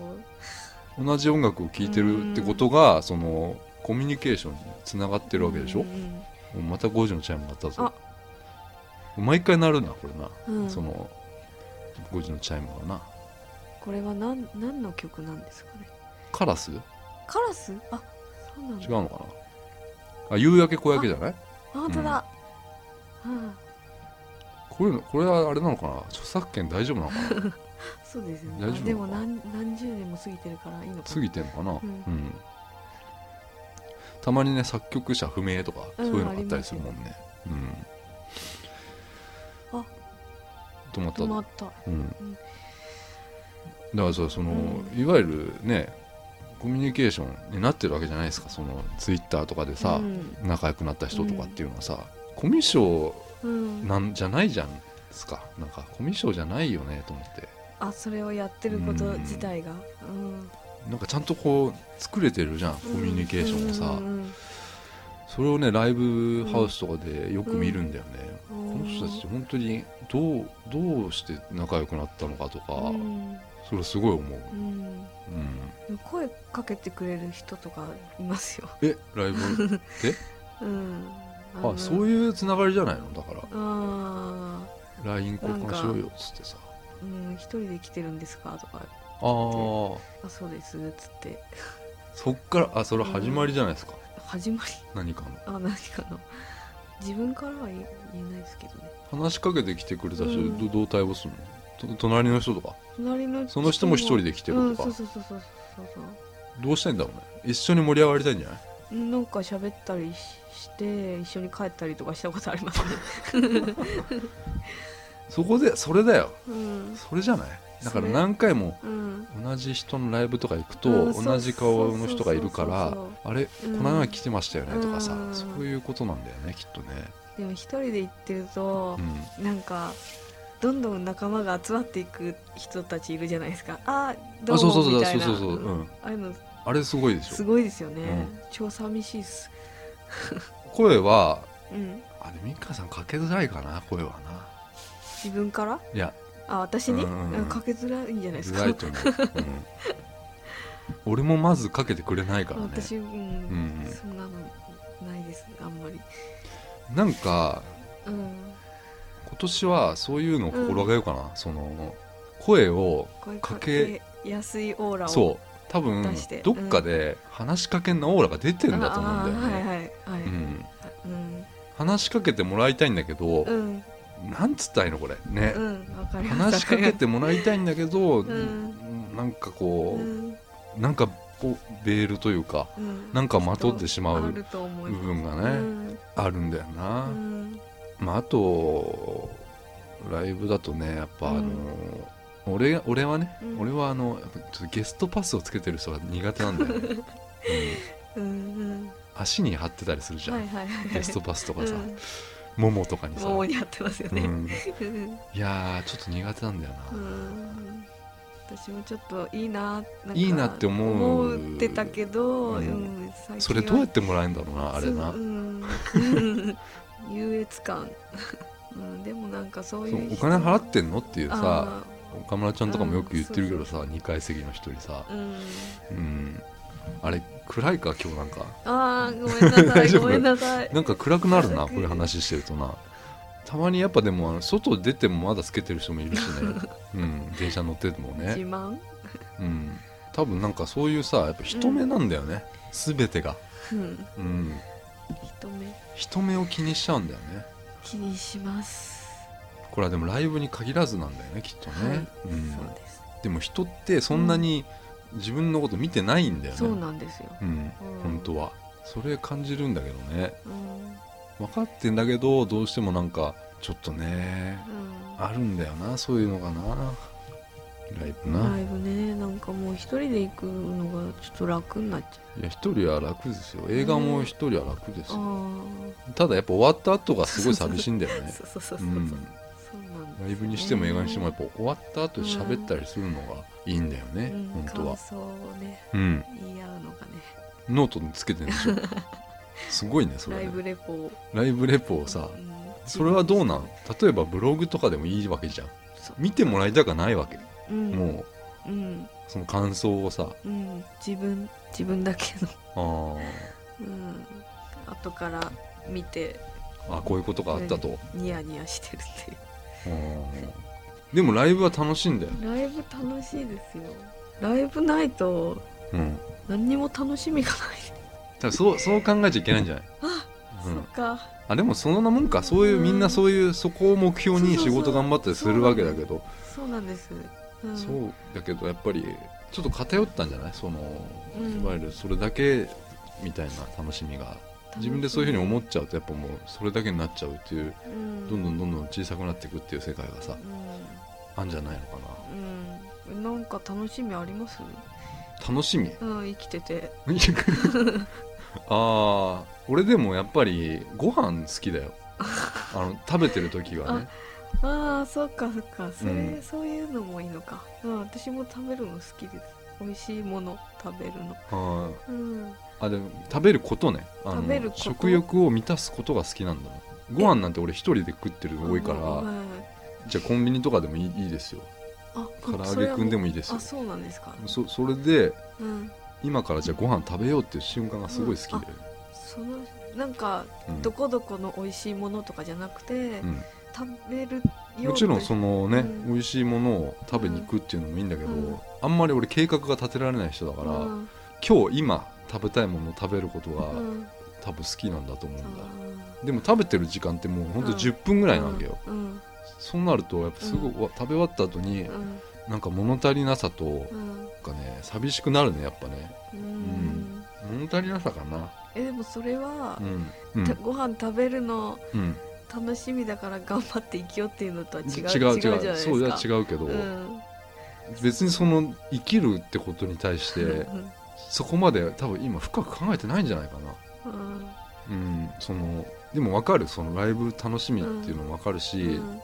[SPEAKER 1] 同じ音楽を聴いてるってことがそのコミュニケーションにつながってるわけでしょ
[SPEAKER 2] う、ん
[SPEAKER 1] もうまた5時のチャイム鳴ったぞ
[SPEAKER 2] あ
[SPEAKER 1] 毎回鳴るなこれな、
[SPEAKER 2] うん
[SPEAKER 1] その5時のチャイムがな
[SPEAKER 2] これは何何の曲なんですかね
[SPEAKER 1] カラス違
[SPEAKER 2] カラスあそうなんだ
[SPEAKER 1] うのかなあ夕焼け小焼けじゃない
[SPEAKER 2] あ本当だ、は
[SPEAKER 1] これこれはあれなのかな著作権大丈夫なのかな
[SPEAKER 2] あ、そうですよね
[SPEAKER 1] 大丈夫
[SPEAKER 2] あでも何何十年も過ぎてるからいいのかな
[SPEAKER 1] 過ぎてんのかな、うん
[SPEAKER 2] う
[SPEAKER 1] たまにね作曲者不明とか、
[SPEAKER 2] うん
[SPEAKER 1] そういうのがあったりするもんねうん
[SPEAKER 2] あ
[SPEAKER 1] 止まった
[SPEAKER 2] 止まった
[SPEAKER 1] うん
[SPEAKER 2] うん、
[SPEAKER 1] だからそその、いわゆるねコミュニケーションになってるわけじゃないですかそのツイッターとかでさ、
[SPEAKER 2] うん
[SPEAKER 1] 仲良くなった人とかっていうのはさ、コミュ障
[SPEAKER 2] うん、
[SPEAKER 1] なんじゃないじゃんですかなんかコミュ障じゃないよねと思って
[SPEAKER 2] あそれをやってること自体が、うん、
[SPEAKER 1] なんかちゃんとこう作れてるじゃんコミュニケーションをさ、
[SPEAKER 2] うんうん
[SPEAKER 1] それをねライブハウスとかでよく見るんだよね、
[SPEAKER 2] うん
[SPEAKER 1] この人たちって本当にどうどうして仲良くなったのかとか、
[SPEAKER 2] うん
[SPEAKER 1] それすごい思う、
[SPEAKER 2] うん
[SPEAKER 1] うん、
[SPEAKER 2] でも声かけてくれる人とかいますよ、
[SPEAKER 1] えライブ
[SPEAKER 2] うん、
[SPEAKER 1] あそう
[SPEAKER 2] う
[SPEAKER 1] いうつながりじゃないのだから
[SPEAKER 2] あ
[SPEAKER 1] LINE 交換しようよっつってさ
[SPEAKER 2] ーうん一人で来てるんですかと
[SPEAKER 1] あ
[SPEAKER 2] か
[SPEAKER 1] あー
[SPEAKER 2] あそうですっつって
[SPEAKER 1] そっからあそれ始まりじゃないですか、
[SPEAKER 2] 始まり
[SPEAKER 1] 何かの
[SPEAKER 2] あ何かの自分からは言え言えないですけどね
[SPEAKER 1] 話しかけてきてくれた人、
[SPEAKER 2] うん
[SPEAKER 1] どどう対応するのと隣の人とか
[SPEAKER 2] 隣の
[SPEAKER 1] その人も一人で来て
[SPEAKER 2] う
[SPEAKER 1] る
[SPEAKER 2] ん
[SPEAKER 1] と
[SPEAKER 2] そ
[SPEAKER 1] か、
[SPEAKER 2] うそうそうそうそうそう
[SPEAKER 1] どうしてんだろうね一緒に盛り上がりたいんじゃない
[SPEAKER 2] なんか喋ったりしして一緒に帰ったりとかしたことありますね。
[SPEAKER 1] そこでそれだよ
[SPEAKER 2] うん。
[SPEAKER 1] それじゃないだから
[SPEAKER 2] それ
[SPEAKER 1] 何回も
[SPEAKER 2] うん。
[SPEAKER 1] 同じ人のライブとか行くと、
[SPEAKER 2] うんそう
[SPEAKER 1] 同じ顔の人がいるから
[SPEAKER 2] そうそうそう
[SPEAKER 1] あれ、
[SPEAKER 2] うん
[SPEAKER 1] この間来てましたよねとかさ、
[SPEAKER 2] うん
[SPEAKER 1] そういうことなんだよねきっとね、
[SPEAKER 2] でも一人で行ってると
[SPEAKER 1] う、ん、
[SPEAKER 2] なんかどんどん仲間が集まっていく人たちいるじゃないですか。あー、ど
[SPEAKER 1] あ
[SPEAKER 2] う
[SPEAKER 1] そうそうそ
[SPEAKER 2] も
[SPEAKER 1] う
[SPEAKER 2] みたいな。
[SPEAKER 1] そうそうそううん
[SPEAKER 2] ああいうの
[SPEAKER 1] あれすごいでし
[SPEAKER 2] す
[SPEAKER 1] ょ
[SPEAKER 2] ごいですよね。
[SPEAKER 1] うん
[SPEAKER 2] 超寂しいっす。
[SPEAKER 1] 声は
[SPEAKER 2] うん。
[SPEAKER 1] あれミカさんかけづらいかな声はな
[SPEAKER 2] 自分から？
[SPEAKER 1] いや
[SPEAKER 2] あ、私に？
[SPEAKER 1] うん
[SPEAKER 2] うんかけづらいんじゃないです
[SPEAKER 1] づ
[SPEAKER 2] か。
[SPEAKER 1] らいと思う、うん、俺もまずかけてくれないからね
[SPEAKER 2] 私、うん、
[SPEAKER 1] んうん
[SPEAKER 2] そんなのないです。あんまり。
[SPEAKER 1] なんか
[SPEAKER 2] うん。
[SPEAKER 1] 今年はそういうのを心がけようかな、その声を
[SPEAKER 2] 声
[SPEAKER 1] か
[SPEAKER 2] か
[SPEAKER 1] け
[SPEAKER 2] けやすいオーラを
[SPEAKER 1] そう多分
[SPEAKER 2] 出して
[SPEAKER 1] どっかで話しかけんなオーラが出てんだと思うんだよね、
[SPEAKER 2] ね。あーはいはいはい。
[SPEAKER 1] うん、
[SPEAKER 2] うん
[SPEAKER 1] 話しかけてもらいたいんだけど、
[SPEAKER 2] うん
[SPEAKER 1] なんつったらいいのこれね、
[SPEAKER 2] うんわかります。
[SPEAKER 1] 話しかけてもらいたいんだけど、
[SPEAKER 2] ん
[SPEAKER 1] なんか
[SPEAKER 2] う
[SPEAKER 1] こ
[SPEAKER 2] ん
[SPEAKER 1] う、なんかこうベールというか
[SPEAKER 2] うん
[SPEAKER 1] なんかまとってしま
[SPEAKER 2] あ
[SPEAKER 1] う
[SPEAKER 2] ると思
[SPEAKER 1] 部
[SPEAKER 2] います。
[SPEAKER 1] 分がね、
[SPEAKER 2] うん
[SPEAKER 1] あるんだよ
[SPEAKER 2] う
[SPEAKER 1] な、
[SPEAKER 2] ん
[SPEAKER 1] まあ、あとライブだとねやっぱあの、俺俺はね、
[SPEAKER 2] うん
[SPEAKER 1] 俺はあのやっぱちょっとゲストパスをつけてる人が苦手なんだよ ね、うん
[SPEAKER 2] うん
[SPEAKER 1] 足に貼ってたりするじ
[SPEAKER 2] うん
[SPEAKER 1] ゃん、
[SPEAKER 2] はいはいはい。
[SPEAKER 1] ゲストパスとかさ、
[SPEAKER 2] うん
[SPEAKER 1] ももとかにさ、
[SPEAKER 2] ももに合ってますよ
[SPEAKER 1] う
[SPEAKER 2] ね。
[SPEAKER 1] ん
[SPEAKER 2] うん
[SPEAKER 1] いやーちょっと苦手なんだよ
[SPEAKER 2] う
[SPEAKER 1] な、
[SPEAKER 2] ん私もちょっといいななんか
[SPEAKER 1] いいなって思う
[SPEAKER 2] 思ってたけど、
[SPEAKER 1] うん
[SPEAKER 2] うん最近は
[SPEAKER 1] それどうやってもらえるんだろうなあれな、
[SPEAKER 2] そううん 優越感、 うん、でもなんかそうい
[SPEAKER 1] そう
[SPEAKER 2] う
[SPEAKER 1] お金払
[SPEAKER 2] て
[SPEAKER 1] ってんのっていうさ岡村ちゃんとかもよく言ってるけどさ、
[SPEAKER 2] うんそう
[SPEAKER 1] 2階席の人にさ、
[SPEAKER 2] うん、
[SPEAKER 1] うん、あれ暗いか今日なんか
[SPEAKER 2] あ ーごめんなさ
[SPEAKER 1] 大
[SPEAKER 2] い
[SPEAKER 1] 丈夫
[SPEAKER 2] ごめんなさい
[SPEAKER 1] なんか暗くなるなこういう話してるとなたまにやっぱでもあの外出てもまだつけてる人もいる しね、うん、電車乗ってても
[SPEAKER 2] 自
[SPEAKER 1] ね、
[SPEAKER 2] 慢、
[SPEAKER 1] うん、多分なんかそういうさやっぱ人目なんだよね、全てが、
[SPEAKER 2] うん、
[SPEAKER 1] うん、
[SPEAKER 2] 人目
[SPEAKER 1] 人目を気にしちゃうんだよね
[SPEAKER 2] 気にします、
[SPEAKER 1] これはでもライブに限らずなんだよねきっと
[SPEAKER 2] はい
[SPEAKER 1] ね、うん、
[SPEAKER 2] そうです
[SPEAKER 1] でも人ってそんなに自分のこと見てないんだよね
[SPEAKER 2] そうなんですよ、
[SPEAKER 1] うん
[SPEAKER 2] うん
[SPEAKER 1] 本当はそれ感じるんだけどね
[SPEAKER 2] うん
[SPEAKER 1] 分かってんだけどどうしてもなんかちょっとね
[SPEAKER 2] うん、
[SPEAKER 1] あるんだよなそういうのがなライブな、
[SPEAKER 2] ラ
[SPEAKER 1] い、
[SPEAKER 2] イブねなんかもう一人で行くのがちょっと楽になっちゃ
[SPEAKER 1] や一人は楽ですよ映画も一人は楽です
[SPEAKER 2] う
[SPEAKER 1] よ、
[SPEAKER 2] あ
[SPEAKER 1] ただやっぱ終わった後がすごい寂しいんだよ
[SPEAKER 2] あ
[SPEAKER 1] ね
[SPEAKER 2] そうそうそう
[SPEAKER 1] う
[SPEAKER 2] そう、
[SPEAKER 1] ん
[SPEAKER 2] そうなんですね
[SPEAKER 1] ライブにしても映画にしてもやっぱ終わった後喋ったりするのがいいんだよね、
[SPEAKER 2] うん
[SPEAKER 1] 本当は
[SPEAKER 2] 感想をね
[SPEAKER 1] うん
[SPEAKER 2] 言い合うのがね
[SPEAKER 1] ノートにつけてるんでしょすごいねそれ
[SPEAKER 2] ラ
[SPEAKER 1] ね
[SPEAKER 2] イブレポを
[SPEAKER 1] ライブレポをさ
[SPEAKER 2] うん
[SPEAKER 1] それはどうなん例えばブログとかでもいいわけじゃん
[SPEAKER 2] そう
[SPEAKER 1] 見てもらいたくはないわけ、
[SPEAKER 2] うん
[SPEAKER 1] もう
[SPEAKER 2] うん
[SPEAKER 1] その感想をさ
[SPEAKER 2] うん自分自分だけの、
[SPEAKER 1] あー
[SPEAKER 2] うん、後から見て
[SPEAKER 1] あこういうことがあったと、
[SPEAKER 2] ニヤニヤしてるっていう
[SPEAKER 1] うんでもライブは楽しいんだよ、
[SPEAKER 2] ライブ楽しいですよライブないと
[SPEAKER 1] うん、
[SPEAKER 2] 何にも楽しみがない
[SPEAKER 1] そうそう考えちゃいけないんじゃない、
[SPEAKER 2] あ、
[SPEAKER 1] うん
[SPEAKER 2] そっか
[SPEAKER 1] あでもそんなもんかそういうみんなそういうそこを目標に仕
[SPEAKER 2] そうそうそう
[SPEAKER 1] 事頑張ったりするわけだけど
[SPEAKER 2] そうなんです、うん、
[SPEAKER 1] そうだけどやっぱりちょっと偏ったんじゃないその
[SPEAKER 2] うん
[SPEAKER 1] いわゆるそれだけみたいな楽しみが自分でそういうふうに思っ
[SPEAKER 2] て、
[SPEAKER 1] ちゃうとやっぱもうそれだけになっちゃうっていう
[SPEAKER 2] うん、
[SPEAKER 1] どんどんどんどん小さくなっていくっていう世界がさ
[SPEAKER 2] う
[SPEAKER 1] あんじゃないのか
[SPEAKER 2] ん、うん、なんか楽しみあります
[SPEAKER 1] な楽しみ
[SPEAKER 2] うん生きてて
[SPEAKER 1] ああ俺でもやっぱりご飯好きだよ
[SPEAKER 2] あ
[SPEAKER 1] あの食べてる時はね
[SPEAKER 2] ああそっかそっかそれ、
[SPEAKER 1] うん
[SPEAKER 2] そういうのもいいのか、うん、私も食べるの好きです美味しいもの食べるの
[SPEAKER 1] あ
[SPEAKER 2] うん
[SPEAKER 1] あでも食べることねあの
[SPEAKER 2] 食べること
[SPEAKER 1] 食欲を満たすことが好きなんだなご飯なんて俺一人で食ってるの多いか
[SPEAKER 2] あ
[SPEAKER 1] ら
[SPEAKER 2] はい
[SPEAKER 1] じゃあコンビニとかでもいいいいですよ
[SPEAKER 2] あ
[SPEAKER 1] 唐揚げくんでもいいですよ
[SPEAKER 2] あそうなんですか
[SPEAKER 1] そそれで
[SPEAKER 2] うん
[SPEAKER 1] 今からじゃあご飯食べようっていう瞬間がすごい好きで、
[SPEAKER 2] そのなんか
[SPEAKER 1] うん
[SPEAKER 2] どこどこの美味しいものとかじゃなくて、
[SPEAKER 1] うん
[SPEAKER 2] 食べるよう
[SPEAKER 1] もちろんその
[SPEAKER 2] の
[SPEAKER 1] ね、
[SPEAKER 2] うん
[SPEAKER 1] 美味しいものを食べに行くっていうのもいいんだけど、
[SPEAKER 2] うん
[SPEAKER 1] あんまり俺計画が立てられない人だから、
[SPEAKER 2] うん
[SPEAKER 1] 今日今食べたいものを食べることが
[SPEAKER 2] うん
[SPEAKER 1] 多分好きなんだと思うんだ、
[SPEAKER 2] あ
[SPEAKER 1] でも食べてる時間ってもうほんと
[SPEAKER 2] うん
[SPEAKER 1] 10分ぐ
[SPEAKER 2] ー
[SPEAKER 1] らいなわけよ、
[SPEAKER 2] うん
[SPEAKER 1] そうなるとやっぱすごい、わ食べ終わった後に
[SPEAKER 2] うん
[SPEAKER 1] なんか物足りなさと
[SPEAKER 2] う
[SPEAKER 1] なんんかね寂しくなるねやっぱね
[SPEAKER 2] うん、
[SPEAKER 1] ん物足りなさかな
[SPEAKER 2] えでもそれは
[SPEAKER 1] う、んうん
[SPEAKER 2] たご飯食べるの
[SPEAKER 1] うん
[SPEAKER 2] 楽しみだから頑張って生きようっていうのとは違う
[SPEAKER 1] 違う違う
[SPEAKER 2] じゃないですか
[SPEAKER 1] そうじゃ
[SPEAKER 2] う
[SPEAKER 1] 違うけど、
[SPEAKER 2] ん
[SPEAKER 1] 別にその生きるってことに対し
[SPEAKER 2] う
[SPEAKER 1] て
[SPEAKER 2] ん
[SPEAKER 1] そこまで多分今深く考えてないんじゃないかな
[SPEAKER 2] う
[SPEAKER 1] う
[SPEAKER 2] ん
[SPEAKER 1] んそのでも分かるそのライブ楽しみっていうのも分かるし、
[SPEAKER 2] うん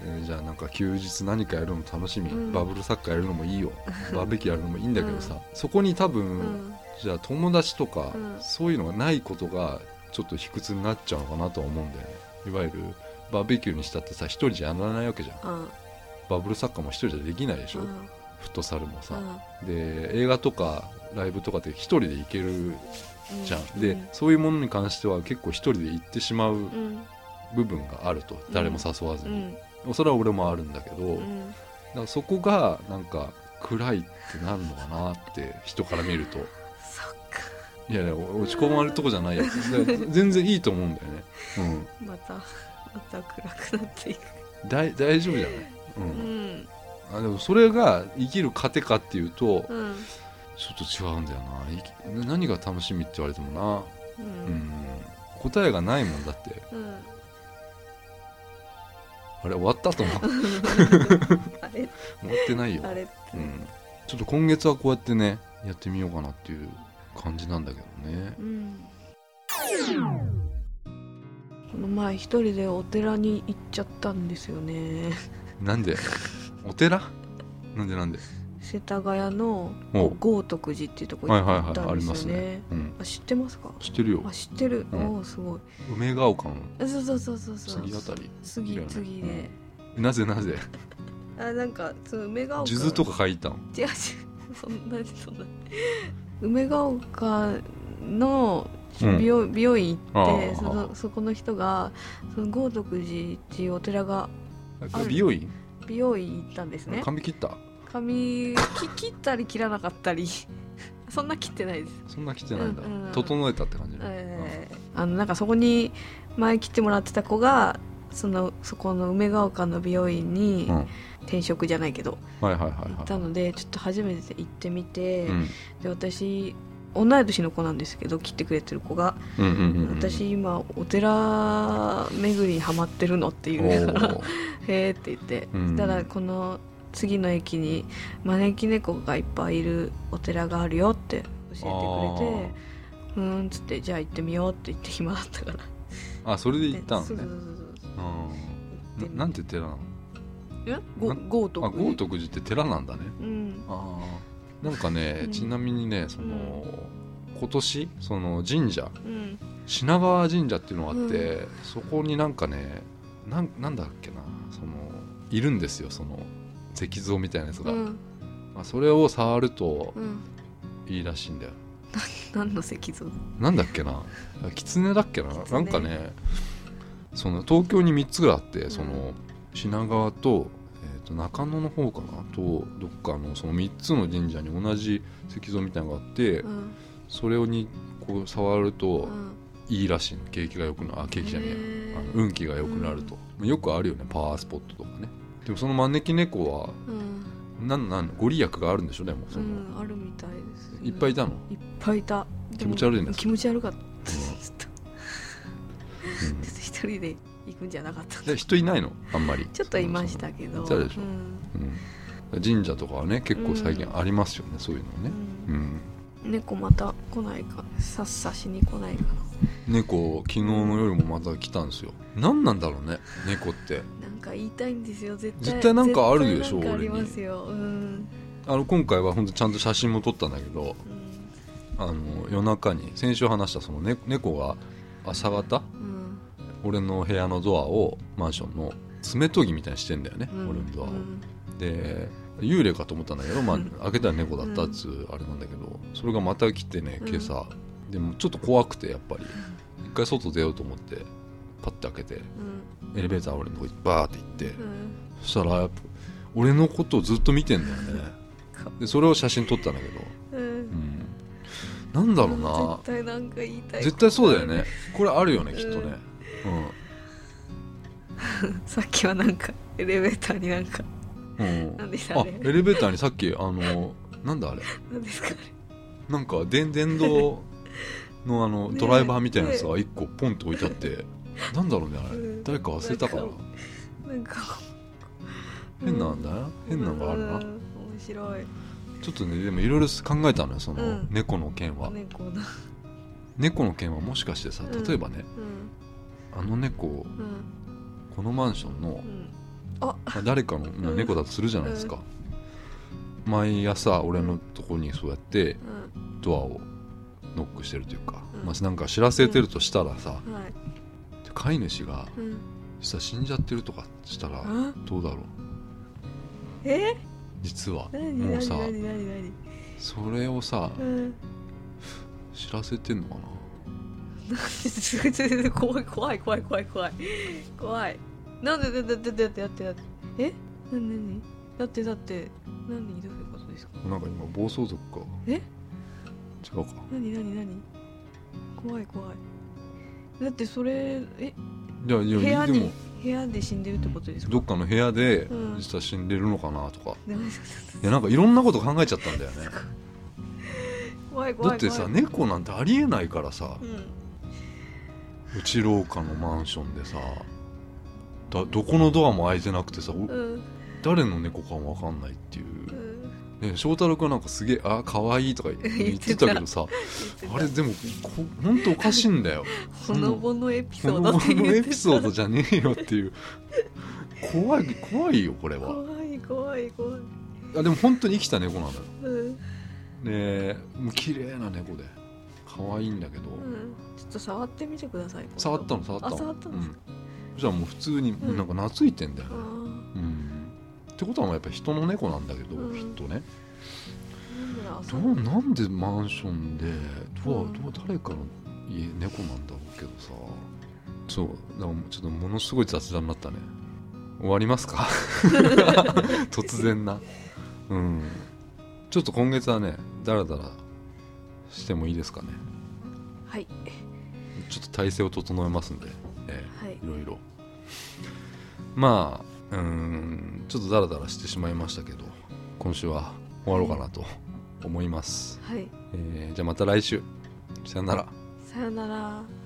[SPEAKER 1] えーじゃあなんか休日何かやるのも楽しみ、
[SPEAKER 2] うん
[SPEAKER 1] バブルサッカーやるのも いいよバーベキューやるのもいいんだけどさ、そこに多分、
[SPEAKER 2] うん
[SPEAKER 1] じゃあ友達とか、
[SPEAKER 2] うん
[SPEAKER 1] そういうのがないことがちょっと卑屈になっちゃうのかなとは思うんだよねいわゆるバーベキューにしたってさ一人じゃやらないわけじゃん
[SPEAKER 2] うん
[SPEAKER 1] バブルサッカーも一人じゃできないでしょ、
[SPEAKER 2] うん
[SPEAKER 1] フットサルもさ、
[SPEAKER 2] うん
[SPEAKER 1] で映画とかライブとかって一人で行けるじゃん、
[SPEAKER 2] う
[SPEAKER 1] で、
[SPEAKER 2] うん
[SPEAKER 1] そういうものに関しては結構一人で行ってしまう
[SPEAKER 2] うん
[SPEAKER 1] 部分があると、誰も誘わず
[SPEAKER 2] う
[SPEAKER 1] に、
[SPEAKER 2] ん
[SPEAKER 1] それは俺もあるんだけど、
[SPEAKER 2] うん
[SPEAKER 1] だからそこがなんか暗いってなるのかなって人から見ると
[SPEAKER 2] そっか
[SPEAKER 1] いやいやお落ち込まれるとこじゃないやつで全然いいと思うんだよね、
[SPEAKER 2] またまた暗くなっていく
[SPEAKER 1] うん、だい大丈夫じゃない、う
[SPEAKER 2] うんん
[SPEAKER 1] あでもそれが生きる糧かっていうと
[SPEAKER 2] うん
[SPEAKER 1] ちょっと違うんだよな生き何が楽しみって言われても
[SPEAKER 2] う
[SPEAKER 1] な、
[SPEAKER 2] ん
[SPEAKER 1] うん、答えがないもんだって
[SPEAKER 2] うん
[SPEAKER 1] あれ終わったと思う終
[SPEAKER 2] あれ
[SPEAKER 1] わってないよ
[SPEAKER 2] あれって
[SPEAKER 1] うん、ちょっと今月はこうやってねやってみようかなっていう感じなんだけどね
[SPEAKER 2] うんこの前一人でお寺に行っちゃったんですよね
[SPEAKER 1] なんでお寺なんでなんで
[SPEAKER 2] 世田谷の
[SPEAKER 1] おう
[SPEAKER 2] 豪徳寺っていうところ
[SPEAKER 1] はい
[SPEAKER 2] に
[SPEAKER 1] はい
[SPEAKER 2] 行っ
[SPEAKER 1] はい
[SPEAKER 2] た
[SPEAKER 1] あ
[SPEAKER 2] んで
[SPEAKER 1] り
[SPEAKER 2] すよ
[SPEAKER 1] ます
[SPEAKER 2] ね,、
[SPEAKER 1] ね、うん、
[SPEAKER 2] あ知ってますか
[SPEAKER 1] 知ってるよ
[SPEAKER 2] あ知ってる、
[SPEAKER 1] うん
[SPEAKER 2] おおすごい
[SPEAKER 1] 梅ヶ丘の
[SPEAKER 2] あそうそうそうそうそう
[SPEAKER 1] 次あたり
[SPEAKER 2] 次
[SPEAKER 1] だよね
[SPEAKER 2] 次で、
[SPEAKER 1] なぜなぜ
[SPEAKER 2] あなんかその梅ヶ丘
[SPEAKER 1] 数珠とか書いたん
[SPEAKER 2] 違う違うそんなそんな梅ヶ丘の
[SPEAKER 1] うん
[SPEAKER 2] 美容,、美容院
[SPEAKER 1] あ
[SPEAKER 2] 行って
[SPEAKER 1] ー
[SPEAKER 2] そのそこの人がその豪徳寺っていうお寺がある
[SPEAKER 1] 美容院
[SPEAKER 2] 美容院行ったんですね
[SPEAKER 1] 髪切った
[SPEAKER 2] 髪き切ったり切らなかったり そんな切ってないです
[SPEAKER 1] そんな切ってないんだ、
[SPEAKER 2] うんうん
[SPEAKER 1] 整えたって感じ、
[SPEAKER 2] えーあのなんかそこに前来てもらってた子がそのそこの梅ヶ丘の美容院に
[SPEAKER 1] うん、はい
[SPEAKER 2] 転職じゃないけど
[SPEAKER 1] はいはいはい
[SPEAKER 2] 行った
[SPEAKER 1] は
[SPEAKER 2] のでちょっと初めて行ってみて、
[SPEAKER 1] いうん
[SPEAKER 2] で私同い年の子なんですけど切ってくれてる子が、
[SPEAKER 1] うんうんうんうん
[SPEAKER 2] 私今お寺巡りにハマってるのって
[SPEAKER 1] お
[SPEAKER 2] いうから
[SPEAKER 1] ー
[SPEAKER 2] へーって言って、
[SPEAKER 1] うん
[SPEAKER 2] そしたらこの次の駅に招き猫がいっぱいいるお寺があるよって教えてくれて。うーんっつってじゃあ行ってみようって言って暇だったから
[SPEAKER 1] あそれで行ったん
[SPEAKER 2] そう
[SPEAKER 1] ね
[SPEAKER 2] そうそうそう
[SPEAKER 1] う
[SPEAKER 2] 行って
[SPEAKER 1] ん
[SPEAKER 2] み
[SPEAKER 1] ななんて寺なの
[SPEAKER 2] えご
[SPEAKER 1] な
[SPEAKER 2] 豪徳
[SPEAKER 1] あ豪徳寺って寺なんだね
[SPEAKER 2] うん
[SPEAKER 1] あーなんかね、
[SPEAKER 2] うん
[SPEAKER 1] ちなみにねその、今年その神社
[SPEAKER 2] うん
[SPEAKER 1] 品川神社っていうのがあって、そこになんかねなんなんだっけなそのいるんですよその石像みたいなやつ
[SPEAKER 2] う
[SPEAKER 1] が、
[SPEAKER 2] ん
[SPEAKER 1] まあ、それを触ると
[SPEAKER 2] うん
[SPEAKER 1] いいらしいんだよ
[SPEAKER 2] 何の石像
[SPEAKER 1] なんだっけな狐だっけな
[SPEAKER 2] 狐
[SPEAKER 1] なんかねその東京に3つぐらいあってその品川と,、えーと中野の方かなとどっかのその3つの神社に同じ石像みたいなのがあって、
[SPEAKER 2] うん
[SPEAKER 1] それをにこう触る
[SPEAKER 2] う
[SPEAKER 1] と
[SPEAKER 2] ん
[SPEAKER 1] いいらしいの景気が良くなるあ景気じゃねえや
[SPEAKER 2] へー
[SPEAKER 1] あの運気が良くなると、よくあるよねパワースポットとかねでもその招き猫は
[SPEAKER 2] うん
[SPEAKER 1] なんなんご利益があるんでしょでもそうの、
[SPEAKER 2] んあるみたいです
[SPEAKER 1] いっぱいい
[SPEAKER 2] た
[SPEAKER 1] たの、
[SPEAKER 2] いっぱいいた
[SPEAKER 1] 気持ち悪いね
[SPEAKER 2] でも気持ち悪かったちょっと
[SPEAKER 1] うん
[SPEAKER 2] ちょっと一人で行くんじゃなかった
[SPEAKER 1] で人いないのあんまり
[SPEAKER 2] ちょっといましたけど
[SPEAKER 1] いたでしょ
[SPEAKER 2] うん
[SPEAKER 1] うん、神社とかはね結構最近ありますよね、そういうのね、
[SPEAKER 2] う
[SPEAKER 1] うん
[SPEAKER 2] ん猫また来ないかさっさしに来ないかな
[SPEAKER 1] 猫昨日の夜もまた来たんですよ何なんだろうね猫って
[SPEAKER 2] なんか言いたいんですよ絶対
[SPEAKER 1] 絶対なんかあるでしょ
[SPEAKER 2] 絶対なんかあ
[SPEAKER 1] 俺
[SPEAKER 2] り
[SPEAKER 1] に
[SPEAKER 2] ますようん、
[SPEAKER 1] あの今回は本当ちゃんと写真も撮ったんだけどあの夜中に先週話したその、ね、猫が朝方
[SPEAKER 2] うんうん
[SPEAKER 1] 俺の部屋のドアをマンションの爪研ぎみたいにしてんだよね、
[SPEAKER 2] うん
[SPEAKER 1] 俺のドアを、
[SPEAKER 2] うん
[SPEAKER 1] で幽霊かと思ったんだけど、ま
[SPEAKER 2] う
[SPEAKER 1] あ
[SPEAKER 2] ん、
[SPEAKER 1] 開けたら猫だったっつうあれなんだけどそれがまた来てね今朝、でもちょっと怖くてやっぱり一回外出ようと思ってパッて開けてエレベーター俺のとこバーって行って、
[SPEAKER 2] うんうん
[SPEAKER 1] そしたらやっぱ俺のことをずっと見てんだよね
[SPEAKER 2] か
[SPEAKER 1] でそれを写真撮ったんだけど、
[SPEAKER 2] うん
[SPEAKER 1] うん、なんだろうな
[SPEAKER 2] 絶対なんか言いたい
[SPEAKER 1] 絶対そうだよねこれあるよねきっとね、
[SPEAKER 2] さっきはなんかエレベーターになんか
[SPEAKER 1] うんうん、
[SPEAKER 2] なんでした
[SPEAKER 1] あ
[SPEAKER 2] あれ
[SPEAKER 1] エレベーターにさっきあのなんだあれ
[SPEAKER 2] なんですかあれ
[SPEAKER 1] なんか電電動のあの
[SPEAKER 2] ねえ
[SPEAKER 1] ドライバーみたいなやつ
[SPEAKER 2] ね
[SPEAKER 1] が1個ポンと置いてあってなんだろうねあれ
[SPEAKER 2] うん
[SPEAKER 1] 誰か忘れたかな
[SPEAKER 2] なんかなんか
[SPEAKER 1] 変なんだよ変なのがある
[SPEAKER 2] う
[SPEAKER 1] なん
[SPEAKER 2] 面白い
[SPEAKER 1] ちょっとねでもいろいろ考えたのよその
[SPEAKER 2] うん
[SPEAKER 1] 猫の件は
[SPEAKER 2] 猫な
[SPEAKER 1] 猫の件はもしかしてさ
[SPEAKER 2] うん
[SPEAKER 1] 例えばね
[SPEAKER 2] うん
[SPEAKER 1] あの猫
[SPEAKER 2] うん
[SPEAKER 1] このマンションの
[SPEAKER 2] うん
[SPEAKER 1] まあ誰かのまあ
[SPEAKER 2] うん
[SPEAKER 1] 猫だとするじゃないですか毎朝俺のとこにそうやって
[SPEAKER 2] う
[SPEAKER 1] ドアをノックしてるというか
[SPEAKER 2] うん
[SPEAKER 1] まあなんか知らせてるとしたらさ
[SPEAKER 2] んはい
[SPEAKER 1] 飼い主が
[SPEAKER 2] うん
[SPEAKER 1] 実は死んじゃってるとかしたら
[SPEAKER 2] あ
[SPEAKER 1] どうだろう
[SPEAKER 2] え
[SPEAKER 1] 実は
[SPEAKER 2] 何
[SPEAKER 1] もう
[SPEAKER 2] 何
[SPEAKER 1] さ
[SPEAKER 2] 何何何
[SPEAKER 1] それをさ
[SPEAKER 2] うん
[SPEAKER 1] 知らせてんのかな
[SPEAKER 2] 怖い怖い怖い怖い怖い怖いなんでだってだってだってだってえなになにだってだって何どういうことですか
[SPEAKER 1] なんか今暴走族か
[SPEAKER 2] え
[SPEAKER 1] 違うか
[SPEAKER 2] 何何何怖い怖いだってそれえ
[SPEAKER 1] いやいや
[SPEAKER 2] 部屋
[SPEAKER 1] で
[SPEAKER 2] に
[SPEAKER 1] も
[SPEAKER 2] 部屋で死んでるってことですか
[SPEAKER 1] どっかの部屋で
[SPEAKER 2] うん
[SPEAKER 1] 実は死んでるのかなとか、
[SPEAKER 2] でも
[SPEAKER 1] いやなんかいろんなこと考えちゃったんだよね
[SPEAKER 2] 怖い怖い怖い
[SPEAKER 1] だってさ猫なんてありえないからさ
[SPEAKER 2] うん
[SPEAKER 1] うち廊下のマンションでさだどこのドアも開いてなくてさ、お
[SPEAKER 2] うん
[SPEAKER 1] 誰の猫かもわかんないっていうう、
[SPEAKER 2] ん
[SPEAKER 1] ね、翔太郎君なんかすげえ「あ可愛いとか言
[SPEAKER 2] 言
[SPEAKER 1] っ
[SPEAKER 2] ってて
[SPEAKER 1] た
[SPEAKER 2] た
[SPEAKER 1] けどさあれでもこ本当おかしいんだよ
[SPEAKER 2] ほのぼのエピ
[SPEAKER 1] こ
[SPEAKER 2] ソー
[SPEAKER 1] の
[SPEAKER 2] ドって言ってた
[SPEAKER 1] エピソードじゃねえよっていう怖い怖いよこれは
[SPEAKER 2] 怖い怖い怖い
[SPEAKER 1] あでも本当に生きた猫なのよ
[SPEAKER 2] うん
[SPEAKER 1] ねもう綺麗な猫で可愛いんだけど、
[SPEAKER 2] うんちょっと触ってみてください今度
[SPEAKER 1] 触ったの触ったの
[SPEAKER 2] あ触った
[SPEAKER 1] うん
[SPEAKER 2] です
[SPEAKER 1] ん、じゃあもう普通に
[SPEAKER 2] うん
[SPEAKER 1] なんか懐いてんだよね、
[SPEAKER 2] あ
[SPEAKER 1] うんってことはもうやっぱ人の猫なんだけど、
[SPEAKER 2] うん
[SPEAKER 1] きっとね
[SPEAKER 2] ーなんだろう
[SPEAKER 1] ど
[SPEAKER 2] 朝
[SPEAKER 1] うなんでマンションでどう
[SPEAKER 2] うん
[SPEAKER 1] どう誰かの家猫なんだろうけどさそうだからちょっとものすごい雑談になったね終わりますか突然なうんちょっと今月はねダラダラしてもいいですかね
[SPEAKER 2] はい
[SPEAKER 1] ちょっと体勢を整えますんで、え
[SPEAKER 2] はい
[SPEAKER 1] えいろいろまあうーんちょっとダラダラしてしまいましたけど今週は終わろうかなと思います
[SPEAKER 2] はい
[SPEAKER 1] えーじゃあまた来週さよなら
[SPEAKER 2] さよなら